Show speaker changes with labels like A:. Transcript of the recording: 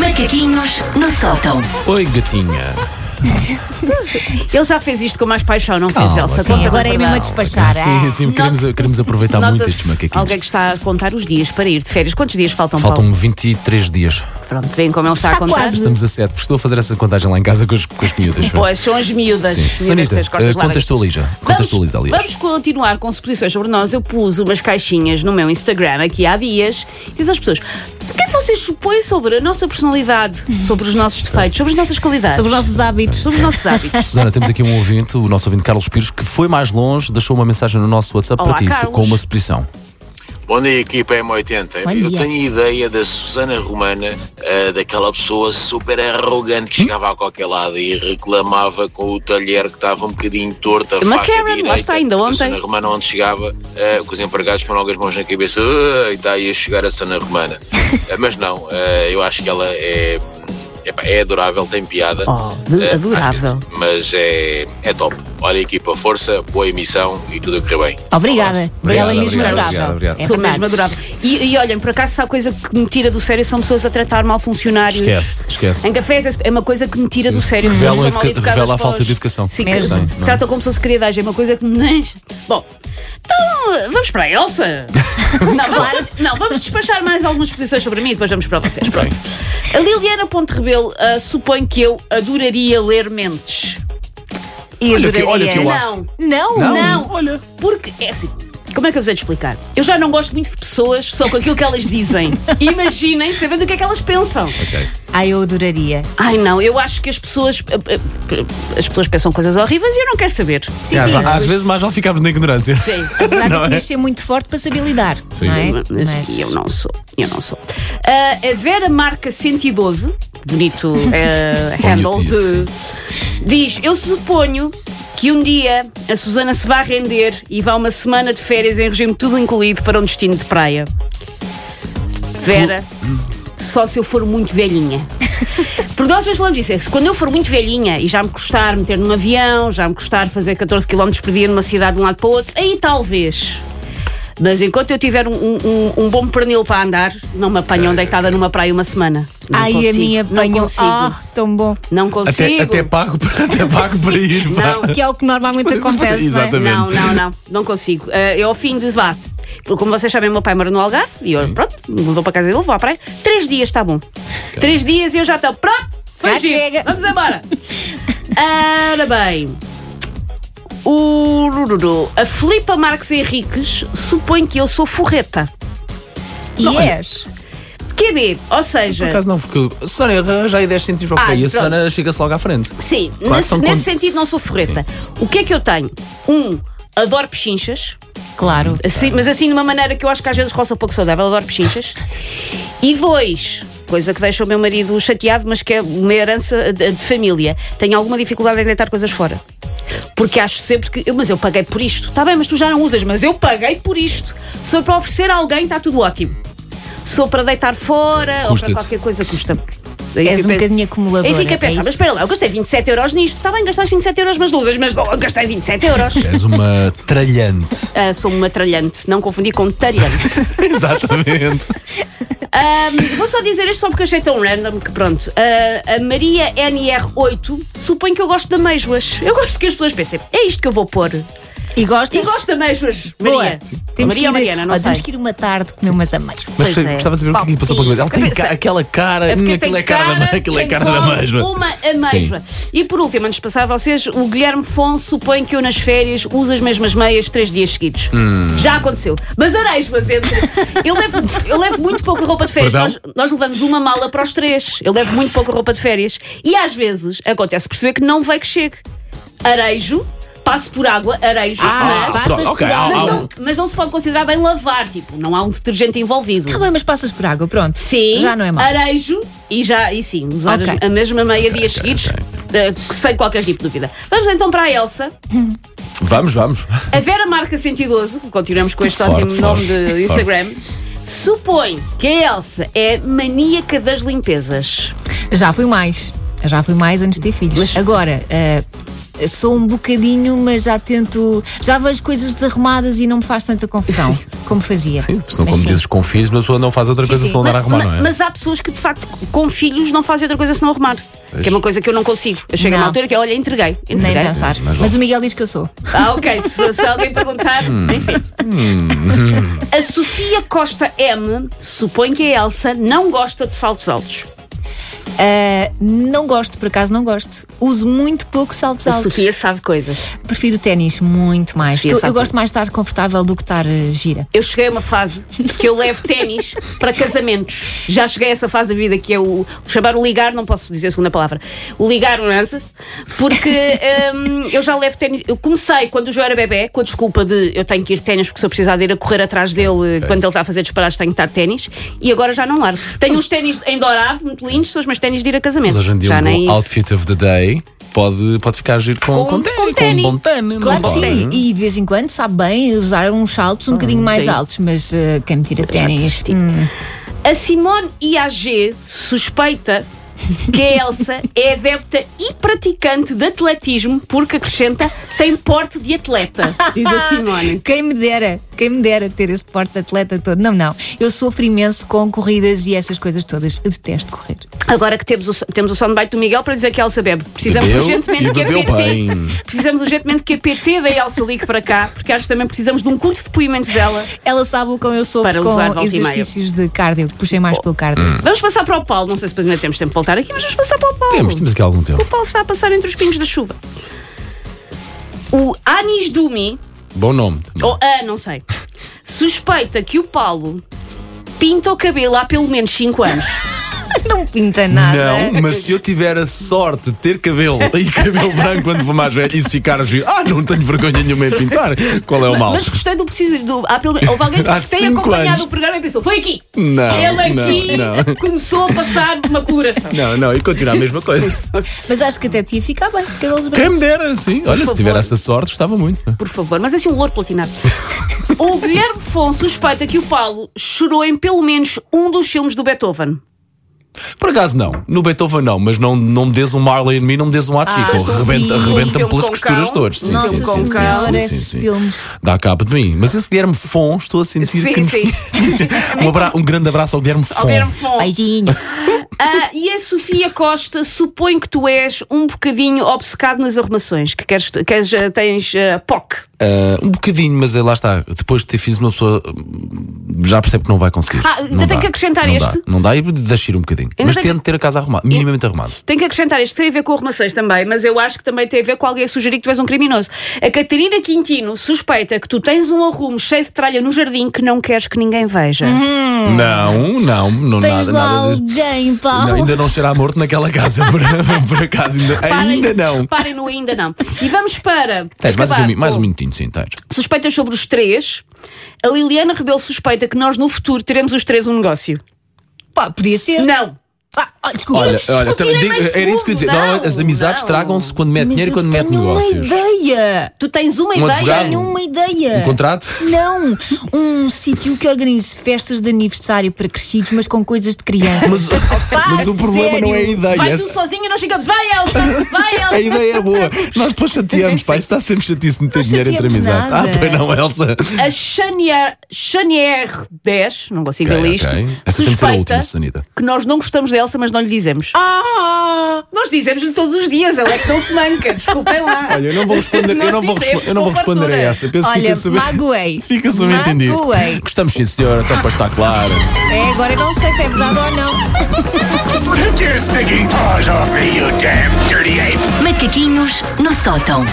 A: Macaquinhos no sótão.
B: Oi, gatinha.
C: Ele já fez isto com mais paixão, não fez,
B: Calma,
C: Elsa?
B: calma.
C: Conta
B: Sim,
C: a
D: agora é mesmo a
C: verdade.
D: despachar.
B: Sim, sim, queremos, queremos aproveitar muito
C: Nota-se
B: estes macaquinhos.
C: Alguém que está a contar os dias para ir de férias. Quantos dias faltam,
B: Faltam 23 dias.
C: Paulo? Pronto, bem como ele está, a
D: Está
C: contar.
D: quase.
B: Estamos a 7, porque estou a fazer essa contagem lá em casa com as, com as miúdas. vá.
C: Pois, são as miúdas.
B: Sim.
C: miúdas
B: Sanita,
C: das costas
B: eh,
C: largas.
B: contextualiza. Contextualiza,
C: vamos,
B: aliás.
C: Vamos continuar com suposições sobre nós. Eu pus umas caixinhas no meu Instagram aqui há dias e diz às pessoas: o que é que vocês supõem sobre a nossa personalidade, sobre os nossos defeitos, sobre as nossas qualidades,
D: Hum. Sobre os nossos hábitos.
C: sobre os nossos hábitos?
B: Susana, temos aqui um ouvinte, o nosso ouvinte Carlos Pires, que foi mais longe, deixou uma mensagem no nosso WhatsApp
C: Olá,
B: para ti,
C: Carlos.
B: com uma suposição.
E: Bom dia, equipa M80.
D: Bom
E: Eu
D: dia.
E: tenho ideia da Susana Romana, eh, daquela pessoa super arrogante que chegava a qualquer lado e reclamava com o talher que estava um bocadinho torto. a
C: Uma
E: faca
C: Karen, lá
E: direita.
C: está, ainda ontem.
E: A Susana Romana, onde chegava, eh, com os empregados foram logo as mãos na cabeça. "Ah, e está aí a chegar a Susana Romana. Eh, Mas não, eh, eu acho que ela é. epá, É adorável, tem piada.
C: Oh, de-
E: Eh, às
C: adorável.
E: vezes, Mas é, é top. Olha, equipa, força, boa emissão e tudo a correr bem.
D: Obrigada.
B: Obrigado,
D: Ela é mesmo
B: obrigado,
D: adorável.
B: obrigado, obrigado.
D: É
C: Sou mesmo
D: verdade.
C: adorável. E, e olhem, por acaso, se há coisa que me tira do sério são pessoas a tratar mal funcionários.
B: Esquece, esquece.
C: Em cafés é- é uma coisa que me tira do sério.
B: Revela
C: Pessoas que são mal
B: educa-
C: educadas
B: revela a
C: para
B: falta
C: os-
B: de educação.
C: Sim,
D: Mesmo.
C: que-
B: Sim,
C: que
B: não é?
C: tratam como se fosse queridagem, é uma coisa que me deixa. Bom, então vamos para a Elsa. não, vamos, não, vamos despachar mais algumas posições sobre mim e depois vamos para vocês. Pronto. A Liliana Ponte Rebelo ah, supõe que eu adoraria ler mentes.
D: E
B: Olha que- olha que eu
D: adorarias.
B: acho.
D: Não.
B: Não.
C: Não, olha. Porque é assim. Como é que eu vos hei de explicar? Eu já não gosto muito de pessoas só com aquilo que elas dizem. Imaginem sabendo o que é que elas pensam.
D: Ai, Ah, eu adoraria.
C: Ai não, eu acho que as pessoas. eh, As pessoas pensam coisas horríveis e eu não quero saber.
D: Sim,
B: Ah,
D: sim.
B: Às vezes mais vale ficarmos na ignorância.
D: Apesar
B: Não
D: de
B: é?
D: tinhas de ser muito forte para saber lidar.
B: Sim.
D: Não é?
C: Mas Eu não sou, eu não sou. Ah, a Vera Marca 112, bonito eh, handle,
B: dia,
C: de-
B: sim.
C: diz: Eu suponho que um dia a Susana se vá render e vá uma semana de férias em regime tudo incluído para um destino de praia. Vera, só se eu for muito velhinha. Porque nós já falamos disso, é que se quando eu for muito velhinha e já me custar meter num avião, já me custar fazer 14 km por dia numa cidade de um lado para o outro, aí talvez. Mas enquanto eu tiver um, um- um bom pernil para andar, não me apanham
B: É.
C: deitada numa praia uma semana. Não
D: Ai,
C: consigo,
D: a minha
C: Não
D: apanhou.
C: consigo.
D: Ah, tão bom.
C: Não consigo.
B: Até, até pago, até pago para ir. vá.
C: Não.
D: Que é o que normalmente acontece. é?
B: Exatamente.
C: Não, não, não, não consigo. Eh, eu ao fim de vá. porque Como vocês sabem, meu pai mora no Algarve e eu, pronto, mudou para casa dele, vou à praia. Três dias está bom. Três dias e eu já estou, pronto, foi
D: Já
C: giro,
D: chega.
C: Vamos embora. Ora bem. O Rururu, a Filipa Marques Henriques supõe que eu sou forreta.
D: Não é? E és.
C: QB, ou
B: Por
C: seja,
B: acaso não, porque a Susana arranja aí 10 centímetros para o
C: Ah,
B: pé e a
C: pronto.
B: Susana chega-se logo à frente.
C: sim,
B: Claro que
C: nesse,
B: são
C: nesse
B: con-
C: sentido não sou forreta. O que é que eu tenho? Um, adoro pechinchas.
D: Claro.
C: Assim, mas assim de uma maneira que eu acho que às vezes roça um pouco saudável, adoro pechinchas. E dois, coisa que deixa o meu marido chateado, mas que é uma herança de, de família. Tenho alguma dificuldade em deitar coisas fora. Porque acho sempre que. eu- Mas eu paguei por isto. Está bem, mas tu já não usas, mas eu paguei por isto. Se eu para oferecer a alguém, está tudo ótimo. Se eu para deitar fora ou para
B: Custa-te.
C: qualquer coisa, custa-me. Daí
D: És
C: fico
D: um
C: a-
D: bocadinho acumuladora.
C: Aí fica a
D: é
C: pensar, mas
D: isso?
C: espera lá, eu gastei 27 euros nisto. Está bem, gastaste 27 euros, mas luvas, mas oh, gastei 27 euros.
B: És uma tralhante.
C: Ah, sou uma tralhante, não confundir com tariante.
B: Exatamente.
C: Ahm, vou só dizer isto só porque achei tão random que pronto. Ah, a Maria NR8 supõe que eu gosto de amêijoas. Eu gosto que as pessoas pensem, é isto que eu vou pôr. E
D: E gostas?
C: gosto de ameijoas,
D: Boa.
C: Maria.
D: Temos
C: Maria ou
D: que ir,
C: Mariana, não
D: ó,
C: sei.
D: Temos que ir uma tarde comer umas ameixas.
B: Mas
C: Pois é.
B: gostava de saber o que é que lhe passou pela cabeça. Ela tem
C: Cabeça.
B: ca- aquela cara,
C: porque
B: hum,
C: tem
B: aquilo é cara, da- aquilo é
C: quem
B: cara da
C: come
B: mesma.
C: Uma ameijoa. E por último, antes de passar a vocês, o Guilherme Fon supõe que eu nas férias uso as mesmas meias três dias seguidos.
B: Hum.
C: Já aconteceu. Mas areijoas entre. Eu levo, eu levo muito pouca roupa de férias.
B: Perdão?
C: Nós, nós levamos uma mala para os três. Eu levo muito pouca roupa de férias. E às vezes acontece perceber que não vai que chegue. Arejo, passo por água, arejo,
D: Ah,
C: mas.
D: passas
B: pronto, ok, ah.
D: por
B: há-
C: Mas
B: há-
D: água.
C: não, mas não se pode considerar bem lavar, tipo, não há um detergente envolvido.
D: Tá bem, mas passas por água, pronto.
C: Sim,
D: Já não é mal.
C: arejo e já, e sim, usar
D: Ok.
C: a mesma meia dias seguidos, eh, que sem qualquer tipo de dúvida. Vamos então para a Elsa.
B: Vamos, vamos. Ah,
C: A Vera Marca 112, continuamos com este
B: Forte,
C: ótimo nome
B: forte, forte.
C: de Instagram, supõe que a Elsa é maníaca das limpezas.
D: Já fui mais. Já fui mais antes de ter filhos. Agora, ah, Sou um bocadinho, mas já tento. Já vejo coisas desarrumadas e não me faz tanta confusão como fazia.
B: Sim, porque senão,
D: Mas
B: como
D: sim.
B: dizes com filhos, uma pessoa não faz outra
D: Sim,
B: coisa
D: sim.
B: se não andar a arrumar,
C: Ma-
B: não é?
C: Mas há pessoas que, de facto, com filhos não fazem outra coisa senão arrumar. Que é uma coisa que eu não consigo. Eu chego a uma
D: Não.
C: altura que é, olha, entreguei.
D: Nem
C: entreguei.
D: pensar.
B: Mas
D: Mas,
B: não.
D: o Miguel diz que eu sou.
C: Ah, ok. Se, se alguém perguntar, enfim. A Sofia Costa M, supõe que a Elsa não gosta de saltos altos.
D: Ah, não gosto, por acaso não gosto. Uso muito pouco saltos
C: A
D: altos.
C: Sofia sabe coisas.
D: Prefiro ténis muito mais.
C: Sofia
D: porque eu- eu
C: sabe
D: gosto mais de estar confortável do que estar eh, gira.
C: Eu cheguei a uma fase que eu levo ténis para casamentos. Já cheguei a essa fase da vida que é o chamar o ligar, não posso dizer a segunda palavra. O ligar não lança, porque hum, eu já levo ténis. Eu comecei quando o João era bebê, com a desculpa de eu tenho que ir de ténis porque se eu precisar de ir a correr atrás dele eh, quando ele está a fazer disparados tenho que estar de ténis e agora já não largo. Tenho uns ténis em dourado, muito lindos, são os meus ténis de ir a casamento.
B: Mas hoje em dia
C: já
B: um
C: nem
B: bom
C: isso.
B: outfit of the day pode, pode ficar giro com,
C: Com-
B: com, tan,
C: com
B: com um
C: tênis.
B: bom tan.
D: Claro
B: não
D: que sim,
B: pode? Uhum.
D: e de vez em quando sabe bem usar uns saltos um bocadinho mais
C: sim.
D: altos, mas eh, quem me tira
C: Já
D: ténis.
C: desisti. A Simone IAG suspeita que a Elsa é adepta e praticante de atletismo, porque acrescenta tem porte de atleta, diz a Simone.
D: Ah, Quem me dera, quem me dera ter esse porte de atleta todo. Não, não. Eu sofro imenso com corridas e essas coisas todas. Eu detesto correr.
C: Agora que temos o, temos o soundbite do Miguel para dizer que a Elsa bebe, precisamos
B: Bebeu
C: urgentemente
B: e
C: que a
B: bebeu
C: PT.
B: bem.
C: Precisamos urgentemente que a PT da Elsa ligue para cá, porque acho que também precisamos de um curto depoimento dela.
D: Ela sabe o que eu sofro
C: Para usar
D: com
C: volta e meia.
D: exercícios de cardio. Puxei mais pelo cardio.
B: Hum.
C: Vamos passar para o Paulo, não sei se depois ainda temos tempo de voltar aqui, mas vamos passar para o Paulo.
B: Temos, temos aqui algum tempo.
C: O Paulo está a passar entre os pinos da chuva. O Anis Dumi,
B: Bom nome também.
C: ou A, não sei, suspeita que o Paulo pinta o cabelo há pelo menos 5 anos.
D: ah, Não é? pinta nada.
B: Não, mas se eu tiver a sorte de ter cabelo e cabelo branco quando for mais velho e se ficar giro, ah, não tenho vergonha nenhuma em pintar, qual é o mal?
C: Mas gostei do preciso. Do, há pelo, houve alguém
B: Há
C: que tem
B: cinco
C: acompanhado
B: anos.
C: o programa e pensou: foi aqui!
B: Não,
C: Ele aqui
B: não, não.
C: começou a passar uma coloração.
B: Não, não, e continua a mesma coisa.
D: Mas acho que até te ia ficar bem, cabelos
B: Quem me
D: brancos.
B: dera, sim. Olha,
C: favor.
B: se tiver essa sorte, gostava muito.
C: Por favor, mas é assim um louro platinado. o Guilherme Fon suspeita que o Paulo chorou em pelo menos um dos filmes do Beethoven.
B: Por acaso não, no Beethoven não, mas não, não me des um Marley em mim, não me des um Achico.
D: sim.
B: Rebenta- Rebenta-me
C: Ah, Filme
B: pelas
C: com
B: costuras
C: cão.
B: todas. Sim,
D: Nossa
B: sim, sim,
D: Senhora,
B: sim, sim, sim,
D: esses
B: sim.
D: filmes.
B: Dá cabo de mim. Mas esse Guilherme Fon, estou a sentir
C: Sim,
B: que. nos-
C: sim.
B: um, abra- um grande abraço ao Guilherme Fon.
C: Ao Guilherme
B: Oh.
C: Fon.
D: Beijinho.
C: Ah, e a Sofia Costa supõe que tu és um bocadinho obcecado nas arrumações, que queres, queres, ah, tens ah, POC.
B: Ah, um bocadinho, mas eh, lá está. Depois de ter filhos, uma pessoa hum, já percebe que não vai conseguir.
C: Ah, ainda
B: Não
C: tem
B: dá.
C: que acrescentar
B: não
C: este?
B: Dá. Não dá e deixar um bocadinho.
C: Ainda
B: mas
C: tem que-
B: tento ter a casa arrumada, minimamente arrumada.
C: Tenho que acrescentar, isto tem a ver com arrumações também, mas eu acho que também tem a ver com alguém a sugerir que tu és um criminoso. A Catarina Quintino suspeita que tu tens um arrumo cheio de tralha no jardim que não queres que ninguém veja.
B: Uhum.
C: Hum.
B: Não, não, não
D: Tens
B: nada,
D: lá
B: nada disso.
D: alguém, Paulo.
B: Não, ainda não cheira a morto naquela casa, por, por acaso. Ainda, ainda não.
C: Parem no ainda não. E vamos para.
B: Tens mais,
C: acabar
B: um, mi- mais um
C: com
B: minutinho, sim, tens.
C: Suspeitas sobre os três. A Liliana Rebelo suspeita que nós no futuro teremos os três um negócio.
D: Pá, podia ser.
C: Não.
D: Ah, ah, desculpa.
B: Olha, olha, também
C: tirei
B: digo-
C: mais
B: era isso que eu ia dizer.
C: fundo,
B: Não,
C: não,
B: as amizades
C: não.
B: tragam-se quando mete
D: um, Mas
B: dinheiro e
D: eu
B: quando mete
D: tenho
B: negócios.
D: Uma ideia.
C: Tu tens uma
B: Um
C: ideia.
B: advogado?
D: Tenho uma ideia.
B: Um contrato?
D: Não, um sítio que organize festas de aniversário para crescidos, mas com coisas de criança.
B: Mas, mas o problema não é a
D: sério? um
B: ideia.
C: Vai
B: essa-
C: tu sozinho e nós chegamos. Vai, Elsa! Vai,
B: A
C: Elsa!
B: ideia é boa. Nós depois chateamos, pai. Está sempre chatice meter
D: Não
B: dinheiro entre
D: chateamos
B: amizades.
D: nada.
B: Ah, pois não, Elsa.
C: A Chanier, Chanier 10, não consigo
B: Ok,
C: ler
B: ok.
C: isto,
B: Essa tem que ser a
C: suspeita
B: última, Sanita.
C: que nós não gostamos da Elsa, mas não lhe dizemos.
D: Ah!
C: Nós dizemos-lhe todos os dias, ela é que não se manca, desculpem lá.
B: Olha, eu não vou responder, eu
C: Nós
B: não vou,
C: dizemos,
B: respo- eu não vou
C: com
B: responder a
C: fartura.
B: essa. Penso que
D: Olha,
B: fica sub-
D: magoei.
B: Fica subentendido.
D: Magoei.
B: Gostamos, sim, senhora. Então, para estar claro.
D: É, agora eu não sei se é verdade ou não.
A: Take your stinking paws off me, you damn dirty ape!
F: Macaquinhos no sótão.